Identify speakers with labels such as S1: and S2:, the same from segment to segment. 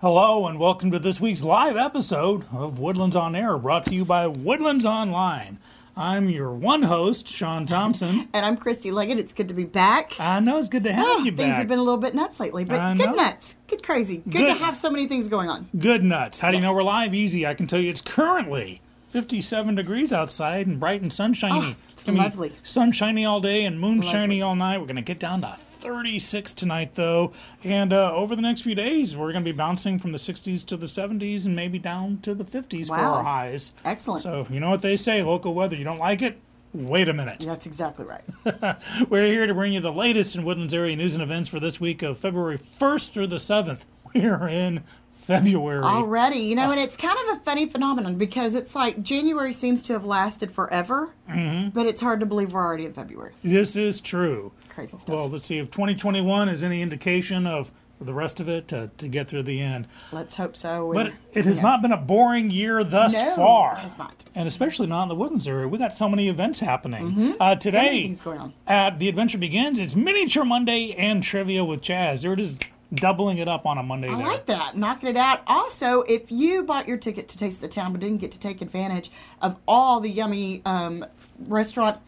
S1: Hello, and welcome to this week's live episode of Woodlands on Air, brought to you by Woodlands Online. I'm your one host, Sean Thompson.
S2: And I'm Christy Leggett. It's good to be back.
S1: I know it's good to have you
S2: Things
S1: back.
S2: have been a little bit nuts lately, but
S1: I
S2: good
S1: know.
S2: nuts. Good crazy. Good, to
S1: Good.
S2: have so many things going on.
S1: Good nuts. How do you know
S2: Yes.
S1: we're live? Easy. I can tell you it's currently 57 degrees outside and bright and sunshiny.
S2: Ah, it's
S1: Gonna be
S2: lovely.
S1: Sunshiny all day and moonshiny
S2: Lovely.
S1: all night. We're going to get down to 36 tonight, though. And uh, over the next few days, we're going to be bouncing from the 60s to the 70s and maybe down to the 50s for
S2: Wow.
S1: our highs.
S2: Excellent.
S1: So, you know what they say local weather. You don't like it? Wait a minute.
S2: That's exactly right.
S1: We're here to bring you the latest in Woodlands area news and events for this week of February 1st through the 7th. We're in February.
S2: Already, you know, and it's kind of a funny phenomenon because it's like January seems to have lasted forever,
S1: Mm-hmm.
S2: but it's hard to believe we're already in February.
S1: This is true.
S2: Crazy stuff.
S1: Well, let's see if 2021 is any indication of the rest of it to, to get through the end.
S2: Let's hope so.
S1: But
S2: And-
S1: it has not been a boring year thus
S2: No,
S1: far.
S2: it has not.
S1: And especially not in the Woodlands area. We got so many events happening. Uh,
S2: Mm-hmm. So many
S1: today,
S2: things going on.
S1: at The Adventure Begins, it's Miniature Monday and Trivia with Chaz. There it is, doubling it up on a Monday
S2: I
S1: there.
S2: like that, knocking it out. Also, if you bought your ticket to Taste of the Town but didn't get to take advantage of all the yummy um, restaurant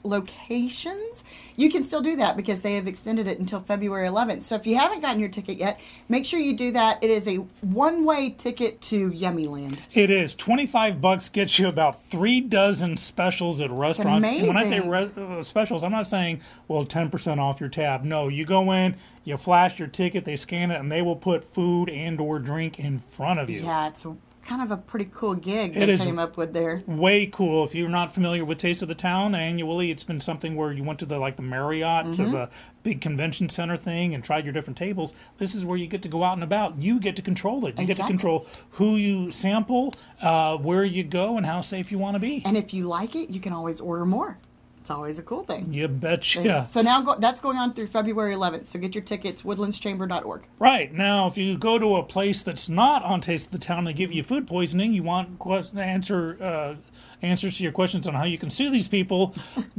S2: locations, you can still do that because they have extended it until February 11th. So if you haven't gotten your ticket yet, make sure you do that. It is a one way ticket to Yummy Land.
S1: It is twenty five bucks gets you about three dozen specials at restaurants. And when I say re-
S2: amazing.
S1: uh, specials, I'm not saying well ten percent off your tab. No, you go in, you flash your ticket, they scan it, and they will put food and or drink in front of you.
S2: Yeah, it's kind of a pretty cool gig
S1: It
S2: they
S1: is-
S2: came up with there.
S1: Way cool. If you're not familiar with Taste of the Town, annually it's been something where you went to the like the Marriott
S2: Mm-hmm.
S1: to the big convention center thing and tried your different tables. This is where you get to go out and about. You get to control it. You get to
S2: Exactly.
S1: control who you sample, uh, where you go, and how safe you want to be.
S2: And if you like it, you can always order more. It's always a cool thing.
S1: You
S2: Oh,
S1: betcha.
S2: So now go- that's going on through February 11th. So get your tickets, woodlandschamber.org.
S1: Right. Now, if you go to a place that's not on Taste of the Town and they give you food poisoning, you want quest- answer uh, answers to your questions on how you can sue these people.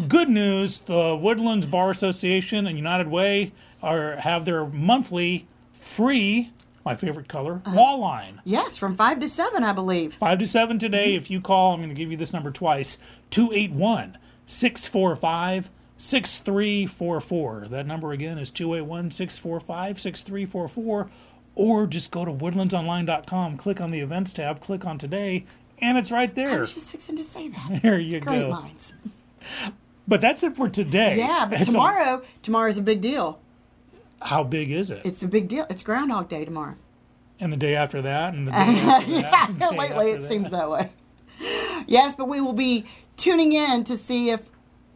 S1: Good news the Woodlands Bar Association and United Way are have their monthly free, my favorite color, wall line.
S2: Yes, from five to seven, I believe.
S1: Five to seven today. If you call, I'm going to give you this number twice 281 645 6344. That number again is 281 645 6344. Or just go to woodlandsonline.com, click on the events tab, click on today, and it's right
S2: I
S1: there.
S2: was just fixing to say that.
S1: There you
S2: Great
S1: go.
S2: lines.
S1: But that's it for today.
S2: Yeah, but
S1: It's a-
S2: tomorrow, tomorrow's a big deal.
S1: how big is it?
S2: It's a big deal. It's Groundhog Day tomorrow.
S1: And the day after that, and the day after that. and the day
S2: Lately, it
S1: after that.
S2: seems that way. Yes, but we will be tuning in to see if,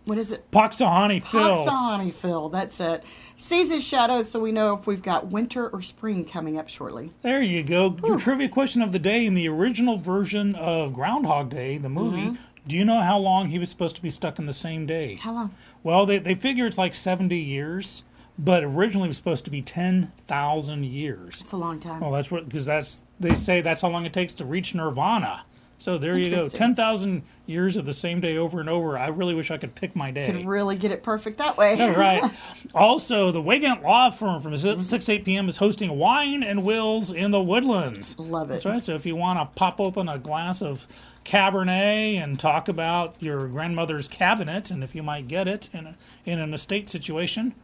S2: what is it?
S1: Poxahani Phil.
S2: Poxahani Phil, that's it. Sees his shadows, so we know if we've got winter or spring coming up shortly.
S1: There you go. Your trivia question of the day in the original version of Groundhog Day, the movie. Do you know how long he was supposed to be stuck in the same day?
S2: Mm-hmm. How long?
S1: Well, they, they figure it's like 70 years, but originally it was supposed to be 10,000 years.
S2: It's a long time.
S1: Well, that's what, because that's, they say that's how long it takes to reach nirvana. So there you go.
S2: Interesting.
S1: 10,000 years of the same day over and over. I really wish I could pick my day.
S2: Could really get it perfect that way.
S1: All right. Also, the Wagant Law Firm from
S2: Mm-hmm.
S1: 6 8 p.m. is hosting Wine and Wills in the Woodlands.
S2: Love it.
S1: That's right. So if you want to pop open a glass of Cabernet and talk about your grandmother's cabinet and if you might get it in, a, in an estate situation,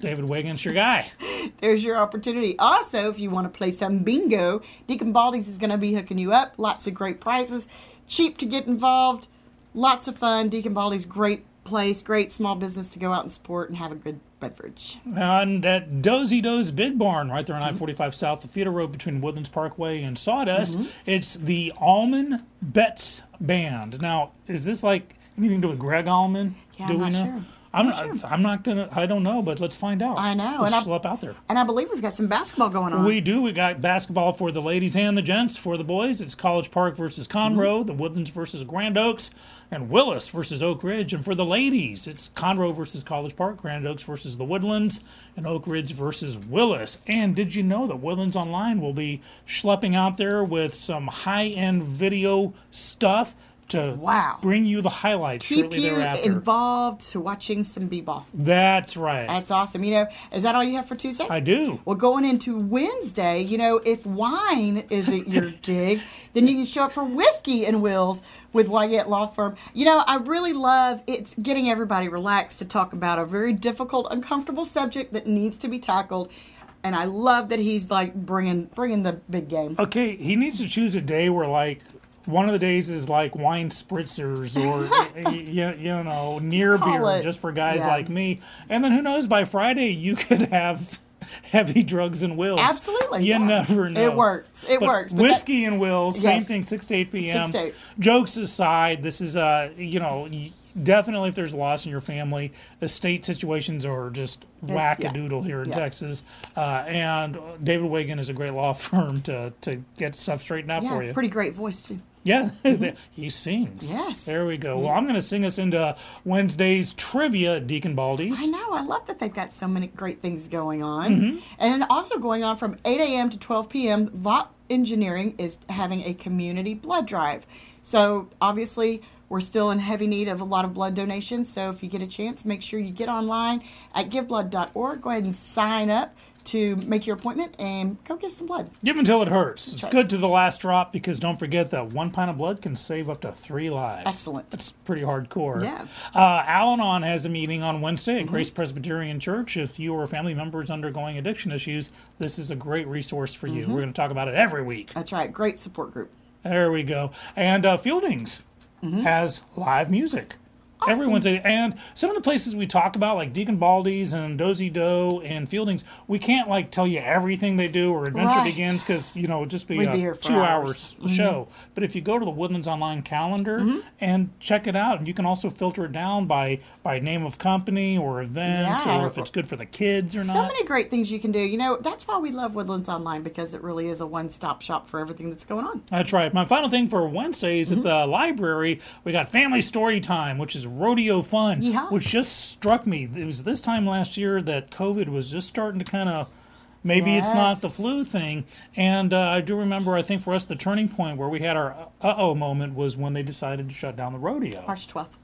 S1: David Wiggins, your guy.
S2: There's your opportunity. Also, if you want to play some bingo, Deacon Baldy's is going to be hooking you up. Lots of great prizes, cheap to get involved, lots of fun. Deacon Baldy's great place, great small business to go out and support and have a good beverage.
S1: And at Dozy Do's Big Barn, right there on I
S2: Mm-hmm.
S1: 45 South, the theater road between Woodlands Parkway and Sawdust,
S2: Mm-hmm.
S1: it's the Allman Betts Band. Now, is this like anything to do with Greg Allman?
S2: Yeah,
S1: do
S2: I'm
S1: we
S2: not
S1: know?
S2: sure.
S1: I'm not, I'm not gonna. I don't know, but let's find out.
S2: I know,
S1: Let's
S2: and I-
S1: slip out there.
S2: And I believe we've got some basketball going on.
S1: We do. We got basketball for the ladies and the gents. For the boys, it's College Park versus Conroe,
S2: Mm-hmm.
S1: the Woodlands versus Grand Oaks, and Willis versus Oak Ridge. And for the ladies, it's Conroe versus College Park, Grand Oaks versus the Woodlands, and Oak Ridge versus Willis. And did you know that Woodlands Online will be schlepping out there with some high end video stuff? to
S2: Wow.
S1: bring you the highlights
S2: Keep
S1: shortly
S2: you
S1: thereafter.
S2: involved to watching some b-ball.
S1: That's right.
S2: That's awesome. You know, is that all you have for Tuesday?
S1: I do.
S2: Well, going into Wednesday, you know, if wine isn't your gig, then you can show up for whiskey and wills with Wyatt Law Firm. You know, I really love it's getting everybody relaxed to talk about a very difficult, uncomfortable subject that needs to be tackled, and I love that he's like bringing bringing the big game.
S1: Okay, he needs to choose a day where like one of the days is like wine spritzers or you, you know near
S2: call
S1: beer
S2: it-
S1: just for guys
S2: yeah.
S1: like me. And then who knows by Friday you could have heavy drugs and wills.
S2: Absolutely,
S1: You
S2: yeah.
S1: never
S2: It
S1: know.
S2: works. It
S1: But
S2: works. But that-
S1: Whiskey and wills, same
S2: Yes.
S1: thing 6 to 8 p.m.
S2: 6 to 8.
S1: Jokes aside, this is uh you know y- definitely if there's a loss in your family, estate situations are just
S2: yeah.
S1: whack a doodle here in
S2: Yeah.
S1: Texas. Uh, and David Wigan is a great law firm to, to get stuff straightened out for
S2: Yeah,
S1: you.
S2: pretty great voice too.
S1: yeah, he sings.
S2: Yes. Mm-hmm.
S1: There we go. Well, I'm going to sing us into Wednesday's trivia, Deacon Baldy's.
S2: I know. I love that they've got so many great things going on, and also going on from 8 a.m. to 12 p.m. Vop Engineering is having a community blood drive. So obviously, we're still in heavy need of a lot of blood donations. So if you get a chance, make sure you get online at GiveBlood.org. Go ahead and sign up to make your appointment and go give some blood.
S1: Give until it hurts. It's
S2: right.
S1: good to the last drop because don't forget that one pint of blood can save up to three lives.
S2: Excellent.
S1: That's pretty hardcore.
S2: Yeah.
S1: Uh, Al Anon has a meeting on Wednesday at Grace Presbyterian Church. If you or a family member is undergoing addiction issues, this is a great resource for you. We're going to talk about it every week.
S2: That's right. Great support group.
S1: There we go. And uh, Fieldings has live music. Every
S2: Mm-hmm. Awesome.
S1: Wednesday. And some of the places we talk about, like Deacon Baldy's and Dozy Doe and Fieldings, we can't like tell you everything they do or Adventure
S2: Right.
S1: Begins because, you know, it'd just be
S2: We'd
S1: a
S2: be here for
S1: two
S2: hours. Mm-hmm.
S1: hours show. But if you go to the Woodlands Online calendar and check it out, and you can also filter it down by, by name of company or event
S2: Yeah.
S1: or if it's good for the kids or
S2: So
S1: not.
S2: many great things you can do. You know, that's why we love Woodlands Online because it really is a one stop shop for everything that's going on.
S1: That's right. My final thing for Wednesdays
S2: Mm-hmm.
S1: at the library, we got family story time, which is rodeo fun,
S2: Yeehaw.
S1: which just struck me. It was this time last year that COVID was just starting to kind of. Maybe it's not the
S2: Yes.
S1: flu thing. And uh, I do remember, I think for us, the turning point where we had our uh oh moment was when they decided to shut down the rodeo.
S2: March 12th.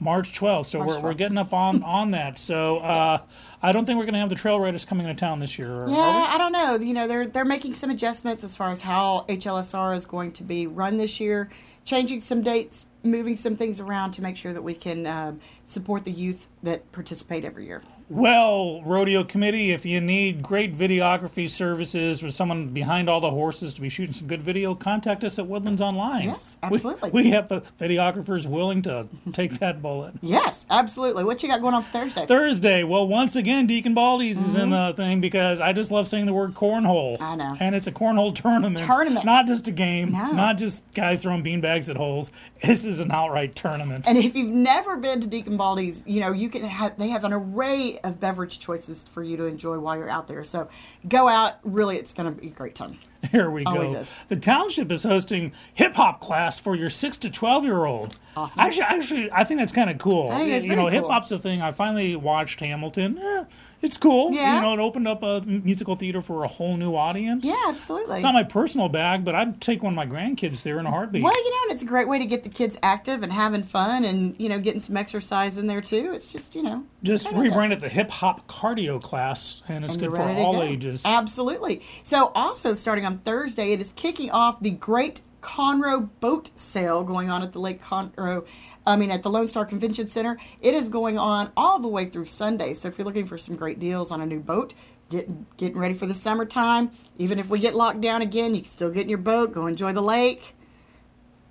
S1: March 12th. So we're, we're
S2: 12th.
S1: getting up on, on that. So uh, I don't think we're going to have the Trail Riders coming into town this year. Or,
S2: Yeah, I don't know. You know, they're they're making some adjustments as far as how HLSR is going to be run this year, changing some dates, moving some things around to make sure that we can um, support the youth that participate every year.
S1: Well, rodeo committee, if you need great videography services with someone behind all the horses to be shooting some good video, contact us at Woodlands Online.
S2: Yes,
S1: We-
S2: absolutely.
S1: We, have the videographers willing to take that bullet.
S2: Yes, absolutely. What you got going on for Thursday?
S1: Thursday, well, once again, Deacon Baldy's is in the thing because I just love saying the word cornhole.
S2: Mm-hmm. I know.
S1: And it's a cornhole tournament.
S2: Tournament.
S1: Not just a game,
S2: No.
S1: not just guys throwing beanbags at holes. This is an outright tournament.
S2: and if you've never been to Deacon Baldy's, you know you can have they have an array of beverage choices for you to enjoy while you're out there. So go out. Really, it's going to be a great time.
S1: Here we
S2: Always
S1: go.
S2: is.
S1: The township is hosting hip hop class for your six to twelve year old.
S2: Awesome.
S1: Actually, actually, I think that's kind of cool.
S2: I think it's
S1: you
S2: very
S1: know, hip
S2: cool.
S1: hop's a thing. I finally watched Hamilton. Eh, it's cool. You
S2: Yeah.
S1: know, it opened up a musical theater for a whole new audience.
S2: Yeah, absolutely.
S1: It's not my personal bag, but I'd take one of my grandkids there in a heartbeat.
S2: Well, you know, and it's a great way to get the kids active and having fun and, you know, getting some exercise in there too. It's just, you know.
S1: Just
S2: kind of a-
S1: rebranded the hip hop cardio class, and it's
S2: and
S1: good
S2: you're
S1: for
S2: ready to
S1: all
S2: go.
S1: ages.
S2: Absolutely. So, also starting on Thursday, it is kicking off the Great Conroe Boat Sale going on at the Lake Conroe, I mean, at the Lone Star Convention Center. It is going on all the way through Sunday. So, if you're looking for some great deals on a new boat, getting getting ready for the summertime, even if we get locked down again, you can still get in your boat, go enjoy the lake.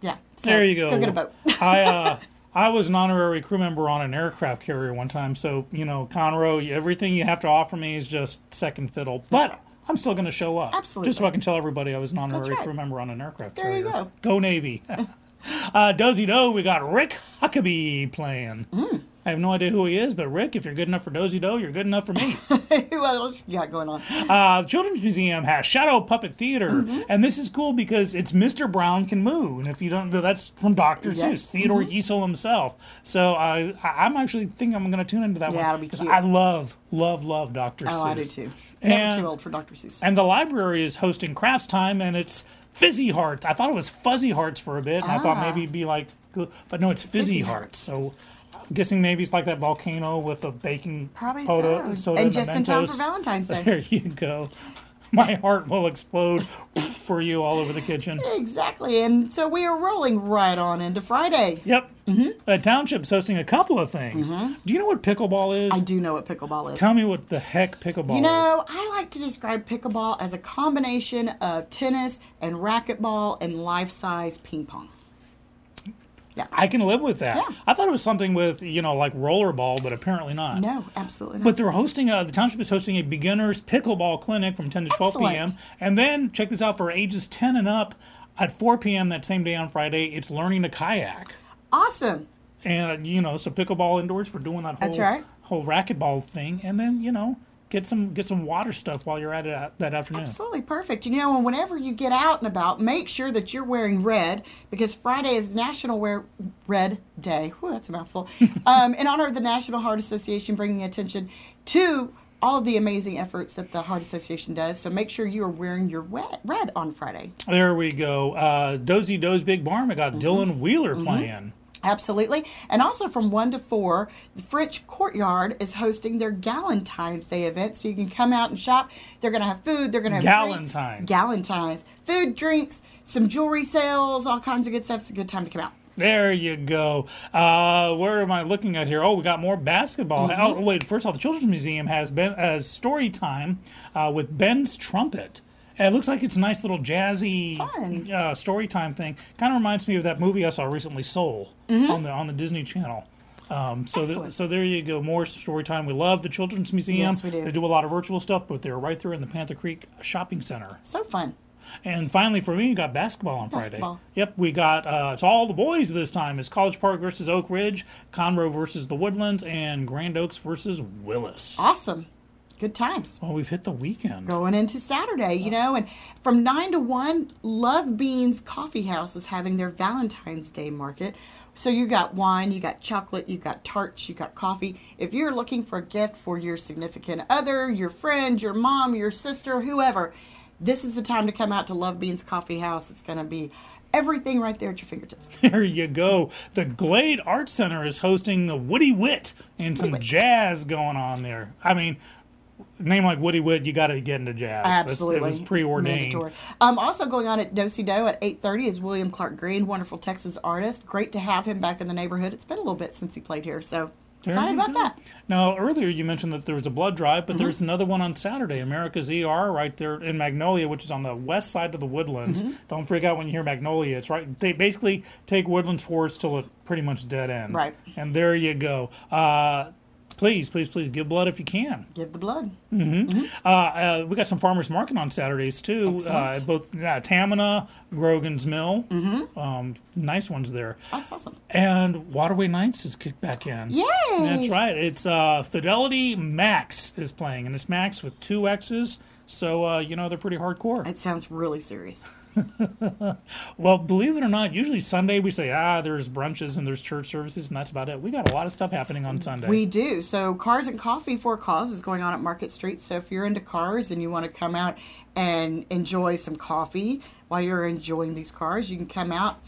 S2: Yeah. So
S1: there you go.
S2: Go get a boat.
S1: I uh, I was an honorary crew member on an aircraft carrier one time, so you know, Conroe, everything you have to offer me is just second fiddle. But I'm still going to show up,
S2: Absolutely.
S1: just so I can tell everybody I was an honorary
S2: right.
S1: crew member on an aircraft
S2: There
S1: carrier.
S2: you go.
S1: Go Navy. uh, Dozy Do, we got Rick Huckabee playing.
S2: Mm.
S1: I have no idea who he is, but Rick, if you're good enough for Dozy Do, you're good enough for me.
S2: Who else you got going on?
S1: Uh, the Children's Museum has Shadow Puppet Theater,
S2: Mm-hmm.
S1: and this is cool because it's Mr. Brown Can Moo, and if you don't know, that's from Dr.
S2: Yes. Mm-hmm.
S1: Seuss, Theodore Geisel himself. So uh, I, I'm actually thinking I'm going to tune into that one
S2: Yeah, it'll be
S1: 'cause
S2: cute.
S1: I love, love, love Dr. Seuss.
S2: Oh, I do too.
S1: And-
S2: Never too old for Dr. Seuss.
S1: And the library is hosting crafts time, and it's Fizzy Hearts. I thought it was Fuzzy Hearts for a bit, and I thought
S2: Ah.
S1: maybe it'd be like gl- but no, it's fizzy,
S2: Fizzy
S1: heart. So I'm guessing maybe it's like that volcano with the baking
S2: Probably
S1: poda-
S2: so.
S1: soda
S2: And
S1: the
S2: just in time for
S1: Mentos.
S2: Valentine's Day.
S1: There you go. My heart will explode for you all over the kitchen.
S2: Exactly. And so we are rolling right on into Friday.
S1: Yep. Mm-hmm. A township's hosting a couple of things. Do you know what pickleball is?
S2: Mm-hmm. I do know what pickleball is.
S1: Tell me what the heck pickleball
S2: You know, I like to describe pickleball as a combination of tennis and racquetball and life size ping pong.
S1: is. I can live with that.
S2: Yeah.
S1: I thought it was something with, you know, like rollerball, but apparently not.
S2: No, absolutely not.
S1: But they're hosting a, the township is hosting a beginner's pickleball clinic from 10 to 12
S2: Excellent.
S1: p.m. And then check this out for ages 10 and up at 4 p.m. that same day on Friday, it's learning to kayak.
S2: awesome.
S1: And you know, so pickleball indoors for doing that whole
S2: That's right.
S1: whole racquetball thing and then, you know, get some get some water stuff while you're at it out- that afternoon.
S2: Absolutely perfect. You know, and whenever you get out and about, make sure that you're wearing red because Friday is National Wear Red Day. Whew, that's a mouthful. um, in honor of the National Heart Association, bringing attention to all of the amazing efforts that the Heart Association does. So make sure you are wearing your wet, red on Friday.
S1: There we go. Uh, Dozy Doe's Big Barn. I got
S2: Mm-hmm.
S1: Dylan Wheeler playing.
S2: Absolutely. And also from 1 to 4, the French Courtyard is hosting their Galentine's Day event. So you can come out and shop. They're going to have food. They're going to have
S1: Galentine's.
S2: Drinks, Galentine's. Food, drinks, some jewelry sales, all kinds of good stuff. It's a good time to come out.
S1: There you go. Uh, where am I looking at here? Oh, we got more basketball.
S2: Mm-hmm.
S1: Oh, wait. First off, the Children's Museum has been has story time uh, with Ben's trumpet. And it looks like it's a nice little jazzy
S2: Fun.
S1: uh, story time thing. Kind of reminds me of that movie I saw recently, Soul, on the on the Disney Channel. Um, so, th-
S2: Mm-hmm. Excellent.
S1: so there you go. More story time. We love the Children's Museum.
S2: Yes, we do.
S1: They do a lot of virtual stuff, but they're right there in the Panther Creek Shopping Center.
S2: So fun.
S1: And finally, for me, we got basketball on
S2: Basketball.
S1: Friday. Yep, we got uh, it's all the boys this time. It's College Park versus Oak Ridge, Conroe versus the Woodlands, and Grand Oaks versus Willis.
S2: Awesome. Good times.
S1: Well, we've hit the weekend.
S2: Going into Saturday, you know, and from 9 to 1, Love Beans Coffee House is having their Valentine's Day market. So you got wine, you got chocolate, you got tarts, you got coffee. If you're looking for a gift for your significant other, your friend, your mom, your sister, whoever, this is the time to come out to Love Beans Coffee House. It's going to be everything right there at your fingertips.
S1: There you go. The Glade Art Center is hosting the Woody Wit and some jazz going on there. I mean, name like Woody Wit, you got to get into jazz. That's-
S2: Absolutely,
S1: it was preordained.
S2: Mandatory. Um, also going on at Dosey Do at eight thirty is William Clark Green, wonderful Texas artist. Great to have him back in the neighborhood. It's been a little bit since he played here, so
S1: There
S2: excited
S1: you
S2: about
S1: go.
S2: that.
S1: Now, earlier you mentioned that there was a blood drive,
S2: Mm-hmm.
S1: but there's another one on Saturday, America's ER, right there in Magnolia, which is on the west side of the Woodlands.
S2: Mm-hmm.
S1: Don't freak out when you hear Magnolia. It's right. They basically take Woodlands Forest till it pretty much dead ends.
S2: Right.
S1: And there you go. Uh, please, please, please give blood if you can.
S2: Give the blood.
S1: Uh, uh, we got some farmers market on Saturdays too. Uh,
S2: Excellent.
S1: both uh, Tamina, Grogan's Mill.
S2: Mm-hmm.
S1: Um, nice ones there.
S2: That's awesome.
S1: And Waterway Nights is kicked back in.
S2: Yay!
S1: That's right. It's uh, Fidelity Max is playing, and it's Max with two X's. So uh, you know they're pretty hardcore.
S2: It sounds really serious.
S1: well, believe it or not, usually Sunday we say ah, there's brunches and there's church services, and that's about it. We got a lot of stuff happening on Sunday.
S2: We do. So, Cars and Coffee for Cause is going on at Market Street. So, if you're into cars and you want to come out and enjoy some coffee while you're enjoying these cars, you can come out.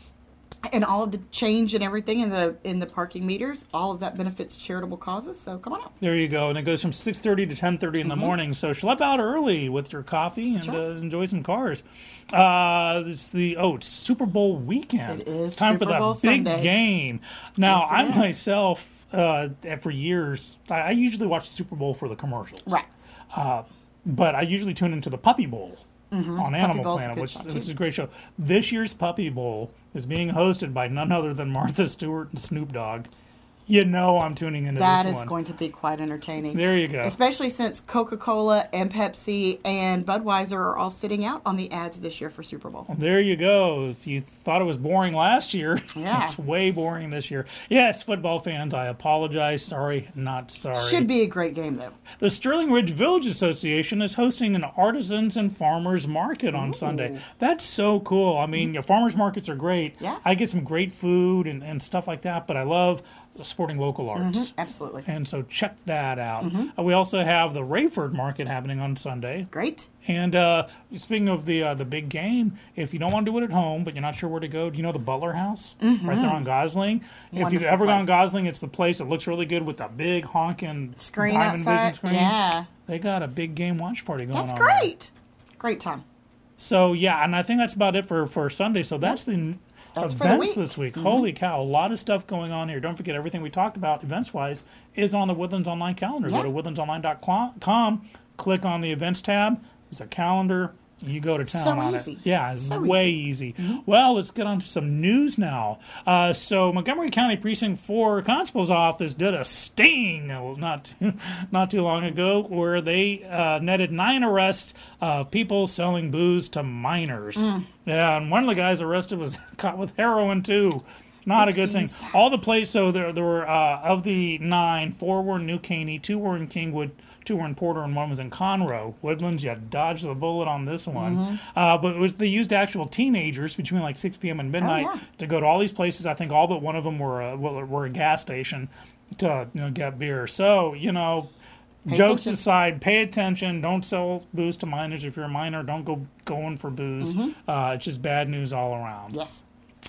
S2: And all of the change and everything in the in the parking meters, all of that benefits charitable causes. So come on out.
S1: there you go, and it goes from six thirty to ten thirty in
S2: Mm-hmm.
S1: the morning. So schlep out early with your coffee and
S2: right.
S1: uh, enjoy some cars. Uh, this is the oh, it's Super Bowl weekend.
S2: It is
S1: time for
S2: Super
S1: the
S2: Bowl
S1: big
S2: Sunday.
S1: game. Now
S2: Yes, it is.
S1: I myself. Uh, for years, I I usually watch the Super Bowl for the commercials.
S2: Right.
S1: but I usually tune into the Puppy Bowl on Animal
S2: Mm-hmm. Bowl's a
S1: Planet,
S2: good
S1: which,
S2: show,
S1: which is
S2: too.
S1: a great show. This year's Puppy Bowl is being hosted by none other than Martha Stewart and Snoop Dogg. You know I'm tuning into
S2: That
S1: this
S2: is
S1: one.
S2: going to be quite entertaining.
S1: There you go.
S2: Especially since Coca Cola and Pepsi and Budweiser are all sitting out on the ads this year for Super Bowl.
S1: there you go. If you thought it was boring last year,
S2: Yeah.
S1: it's way boring this year. Yes, football fans, I apologize. Sorry, not sorry.
S2: Should be a great game, though.
S1: The Sterling Ridge Village Association is hosting an artisans and farmers market on Sunday. That's so cool. I mean, yeah, farmers markets are great.
S2: Yeah.
S1: I get some great food and, and stuff like that, but I love supporting local arts.
S2: Mm-hmm. Absolutely.
S1: And so check that out.
S2: Mm-hmm.
S1: Uh, we also have the Rayford Market happening on Sunday.
S2: Great.
S1: And uh, speaking of the uh, the big game, if you don't want to do it at home, but you're not sure where to go, do you know the Butler House right there on Gosling? if you've
S2: Mm-hmm. Wonderful
S1: ever gone
S2: place.
S1: Gosling, it's the place that looks really good with the big honking
S2: Screen
S1: diamond vision
S2: outside.
S1: screen.
S2: Yeah.
S1: They got a big game watch party going
S2: That's
S1: on. there.
S2: great. Great time.
S1: So yeah, and I think that's about it for for Sunday. So that's the
S2: That's for the
S1: events
S2: week. Mm-hmm.
S1: this week. Holy cow, a lot of stuff going on here. Don't forget everything we talked about events wise is on the Woodlands Online calendar.
S2: Yeah.
S1: Go to woodlandsonline.com, click on the events tab. There's a calendar. You go to town
S2: So
S1: on
S2: easy.
S1: it. Yeah, it's
S2: So
S1: way easy. Well, let's get on to some news now. Uh, so Montgomery County Precinct Four Constable's Office did a sting uh, well, not too, not too long ago where they uh, netted nine arrests of people selling booze to minors. Yeah, and one of the guys arrested was caught with heroin too. Not a good thing.
S2: Oopsies.
S1: All the places. So there, there were uh, of the nine. Four were in New Caney, two were in Kingwood, two were in Porter, and one was in Conroe. Woodlands, you dodged the bullet on this one.
S2: Mm-hmm.
S1: Uh, but it was they used actual teenagers between like 6 p.m. and midnight
S2: Oh, yeah.
S1: to go to all these places. I think all but one of them were a, were were a gas station to you know get beer. So you know. Jokes
S2: attention.
S1: aside, pay attention. Don't sell booze to minors. If you're a minor, don't go going for booze.
S2: Mm-hmm.
S1: Uh, it's just bad news all around.
S2: Yes.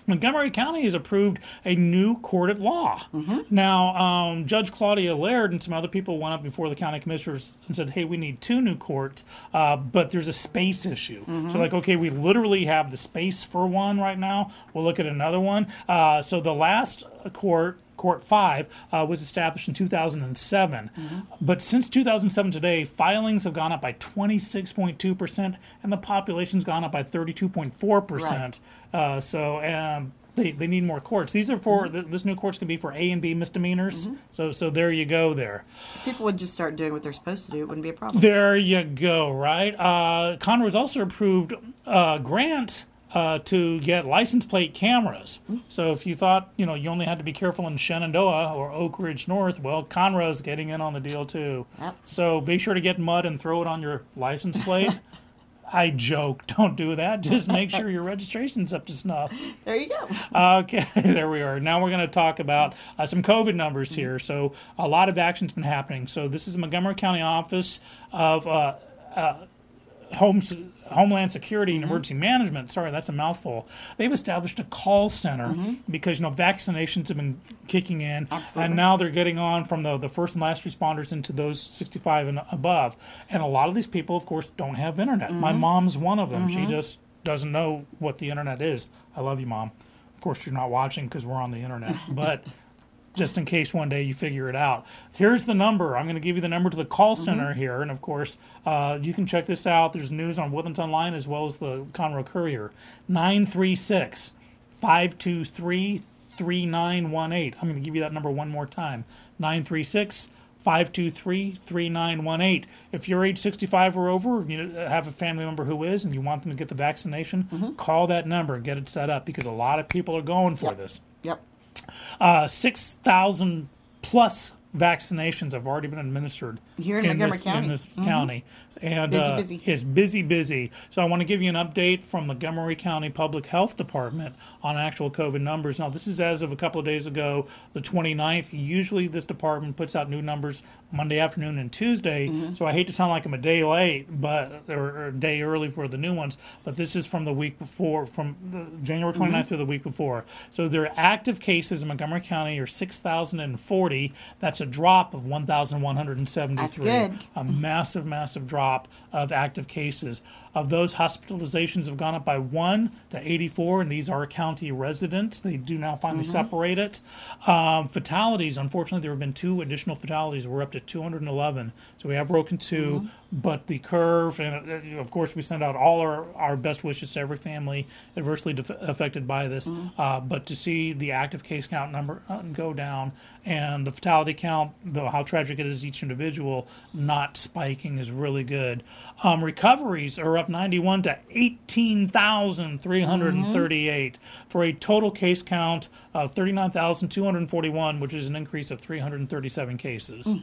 S1: Montgomery County has approved a new court of law. Now, um, Judge Claudia Laird and some other people went up before the county commissioners and said, hey, we need two new courts, uh, but there's a space issue. So, like, okay, we literally have the space for one right now. We'll look at another one. Uh, so, the last court, Court 5, uh, was established in 2007. But since 2007 today, filings have gone up by 26.2%, and the population's gone up by 32.4%. Uh, so um, they, they need more courts. These are for th- this new court's can be for A and B misdemeanors. So so there you go there.
S2: People would just start doing what they're supposed to do. It wouldn't be a problem.
S1: There you go, right? Uh, Conroe's also approved a grant uh, to get license plate cameras. So if you thought, you know, you only had to be careful in Shenandoah or Oak Ridge North, well, Conroe's getting in on the deal too.
S2: Yep.
S1: So be sure to get mud and throw it on your license plate. I joke, don't do that. Just make sure your registration's up to snuff.
S2: There you go.
S1: Okay, there we are. Now we're going to talk about uh, some COVID numbers here. So a lot of action's been happening. So this is Montgomery County Office of uh, uh, Homes. Homeland Security and Emergency Management. Sorry, that's a mouthful. They've established a call center because you know vaccinations have been kicking in, and
S2: Absolutely.
S1: now they're getting on from the the first and last responders into those 65 and above. And a lot of these people, of course, don't have internet. My mom's one of them. She just doesn't know what the internet is. I love you, mom. Of course, you're not watching because we're on the internet, but just in case one day you figure it out. Here's the number. I'm going to give you the number to the call center here. And of course, uh, you can check this out. There's news on Woodlands Online as well as the Conroe Courier 936 523 3918. I'm going to give you that number one more time 936 523 3918. If you're age 65 or over, you know, have a family member who is, and you want them to get the vaccination, call that number and get it set up because a lot of people are going for this
S2: Yep.
S1: uh, 6,000 plus vaccinations have already been administered
S2: Here in Montgomery
S1: this,
S2: County.
S1: In this county. And
S2: Mm-hmm. Busy,
S1: uh,
S2: busy.
S1: it's busy, busy. So I want to give you an update from Montgomery County Public Health Department on actual COVID numbers. Now, this is as of a couple of days ago, the 29th. Usually, this department puts out new numbers Monday afternoon and Tuesday.
S2: Mm-hmm.
S1: So I hate to sound like I'm a day late, but or, or a day early for the new ones. But this is from the week before, from the January 29th
S2: Mm-hmm.
S1: through the week before. So their active cases in Montgomery County are 6,040. That's a drop of 1,173
S2: That's good.
S1: a massive, massive drop of active cases. Of those, hospitalizations have gone up by one to 84, and these are county residents. They do now finally
S2: Mm-hmm.
S1: separate it. Um, fatalities, unfortunately, there have been two additional fatalities. We're up to 211. So we have broken 2
S2: Mm-hmm.
S1: but the curve, and uh, of course, we send out all our, our best wishes to every family adversely def- affected by this. Uh, but to see the active case count number uh, go down and the fatality count, though how tragic it is each individual, not spiking is really good. Um, recoveries are up 91 to 18,338 for a total case count of 39,241, which is an increase of 337 cases.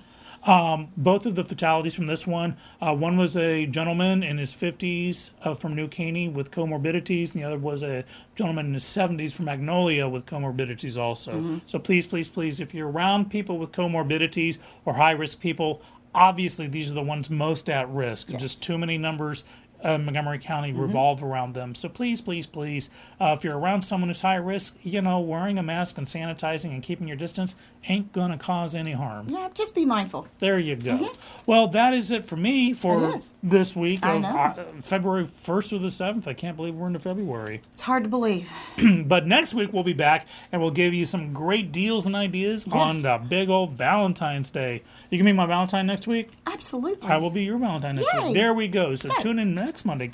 S1: Um, both of the fatalities from this one uh, one was a gentleman in his 50s uh, from New Caney with comorbidities, and the other was a gentleman in his 70s from Magnolia with comorbidities also. So please, please, please, if you're around people with comorbidities or high risk people, obviously these are the ones most at risk. Just too many numbers. Uh, Montgomery County revolve around them. So please, please, please, uh, if you're around someone who's high risk, you know, wearing a mask and sanitizing and keeping your distance ain't going to cause any harm.
S2: Yeah, just be mindful.
S1: There you go. Well, that is it for me
S2: Mm-hmm. It
S1: for
S2: is.
S1: this week
S2: I
S1: of
S2: know.
S1: uh, February 1st through the 7th. I can't believe we're into February.
S2: It's hard to believe.
S1: But next week we'll be back and we'll give you some great deals and ideas on the big old Valentine's Day. You can be my Valentine next week.
S2: Absolutely.
S1: I will be your Valentine next
S2: Yay.
S1: week. There we go. So
S2: Good.
S1: tune in next Monday.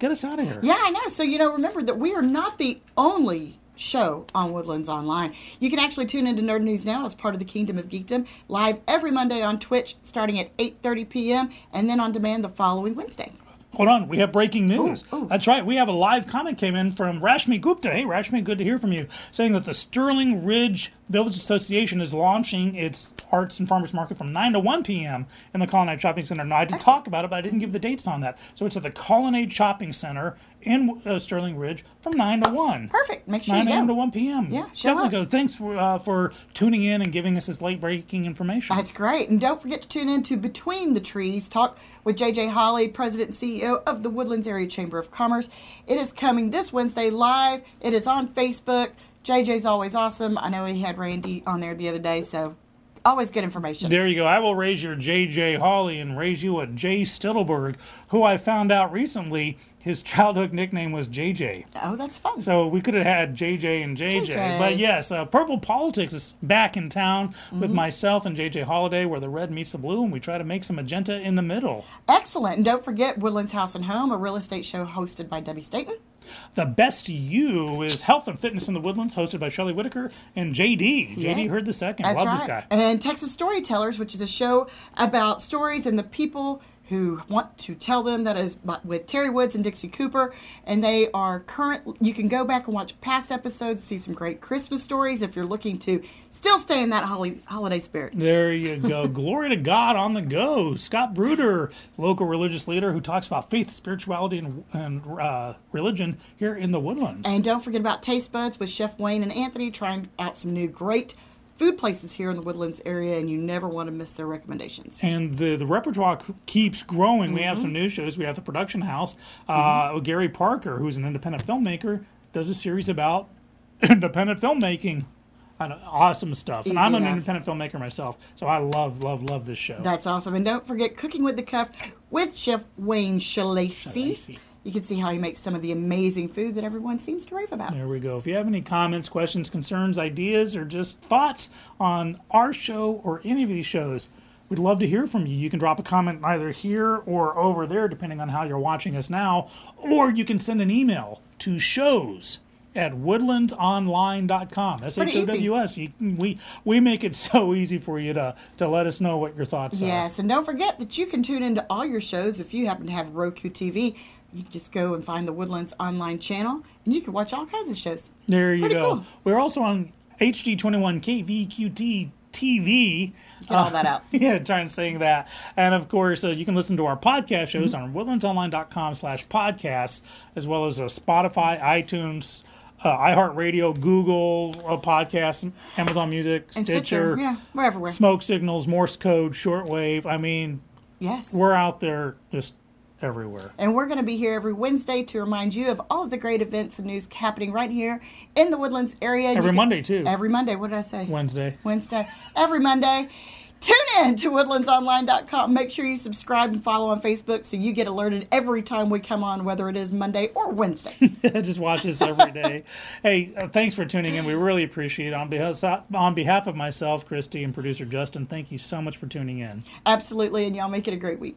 S1: Get us out of here.
S2: Yeah, I know. So, you know, remember that we are not the only show on Woodlands Online. You can actually tune into Nerd News Now as part of the Kingdom of Geekdom, live every Monday on Twitch starting at 8.30 p.m. and then on demand the following Wednesday.
S1: Hold on, we have breaking news.
S2: Ooh, ooh.
S1: That's right, we have a live comment came in from Rashmi Gupta. Hey, Rashmi, good to hear from you. Saying that the Sterling Ridge Village Association is launching its arts and farmers market from 9 to 1 p.m. in the Colonnade Shopping Center. Now, I did talk about it, but I didn't give the dates on that. So it's at the Colonnade Shopping Center in uh, Sterling Ridge from 9 to 1.
S2: Perfect. Make sure
S1: 9
S2: you
S1: a.m. to
S2: go.
S1: 1 p.m.
S2: Yeah, show
S1: Definitely
S2: up.
S1: go. Thanks for, uh, for tuning in and giving us this late breaking information.
S2: That's great. And don't forget to tune in to Between the Trees Talk with JJ Holly, President and CEO of the Woodlands Area Chamber of Commerce. It is coming this Wednesday live. It is on Facebook. JJ's always awesome. I know he had Randy on there the other day, so always good information.
S1: There you go. I will raise your JJ Hawley and raise you a Jay Stittleberg, who I found out recently his childhood nickname was JJ.
S2: Oh, that's fun.
S1: So we could have had JJ and JJ.
S2: JJ.
S1: But yes, uh, Purple Politics is back in town
S2: Mm-hmm.
S1: with myself and JJ Holiday, where the red meets the blue, and we try to make some magenta in the middle.
S2: Excellent. And don't forget Woodlands House and Home, a real estate show hosted by Debbie Staten.
S1: The Best You is Health and Fitness in the Woodlands, hosted by Shelley Whitaker and JD. JD
S2: Yeah.
S1: heard the second.
S2: That's
S1: Love
S2: right.
S1: this guy.
S2: And Texas Storytellers, which is a show about stories and the people who want to tell them. That is by- with Terry Woods and Dixie Cooper, and they are current. You can go back and watch past episodes, see some great Christmas stories if you're looking to still stay in that holi- holiday spirit.
S1: There you go. Glory to God on the go. Scott Bruder, local religious leader who talks about faith, spirituality, and, and uh, religion here in the woodlands.
S2: And don't forget about Taste Buds with Chef Wayne and Anthony trying out some new great food places here in the Woodlands area, and you never want to miss their recommendations.
S1: And the, the repertoire c- keeps growing. We have some new shows. We have the production house. Uh, Gary Parker, who's an independent filmmaker, does a series about independent filmmaking. I know, Awesome stuff. and
S2: Easy
S1: I'm an
S2: enough.
S1: independent filmmaker myself, so I love, love, love this show.
S2: That's awesome. And don't forget Cooking with the Cuff with Chef Wayne Shalacy.
S1: Shalacy.
S2: You can see how he makes some of the amazing food that everyone seems to rave about.
S1: There we go. If you have any comments, questions, concerns, ideas, or just thoughts on our show or any of these shows, we'd love to hear from you. You can drop a comment either here or over there, depending on how you're watching us now, or you can send an email to shows at woodlandsonline.com. That's
S2: pretty easy.
S1: H-O-W-S. You, can- we, we make it so easy for you to, to let us know what your thoughts are.
S2: Yes, and don't forget that you can tune into all your shows if you happen to have Roku TV. You can just go and find the Woodlands online channel, and you can watch all kinds of shows.
S1: There you
S2: Pretty
S1: go.
S2: cool.
S1: We're also on HD21 KVQT TV.
S2: Get all that out.
S1: yeah, trying saying that. And of course, uh, you can listen to our podcast shows
S2: Mm-hmm.
S1: on woodlandsonline.com slash podcasts, as well as uh, Spotify, iTunes, uh, iHeartRadio, Google uh, Podcasts, Amazon Music,
S2: And
S1: Stitcher,
S2: yeah, we're everywhere.
S1: Smoke Signals, Morse Code, Shortwave. I mean,
S2: yes.
S1: we're out there just everywhere.
S2: And we're going to be here every Wednesday to remind you of all of the great events and news happening right here in the Woodlands area. You
S1: Every
S2: can-
S1: Monday, too.
S2: Every Monday. What did I say?
S1: Wednesday.
S2: Wednesday, every Monday. Tune in to woodlandsonline.com. Make sure you subscribe and follow on Facebook so you get alerted every time we come on, whether it is Monday or Wednesday.
S1: just watch this every day. hey, uh, thanks for tuning in. We really appreciate it. On behalf, on behalf of myself, Christy, and producer Justin, thank you so much for tuning in.
S2: Absolutely, and y'all make it a great week.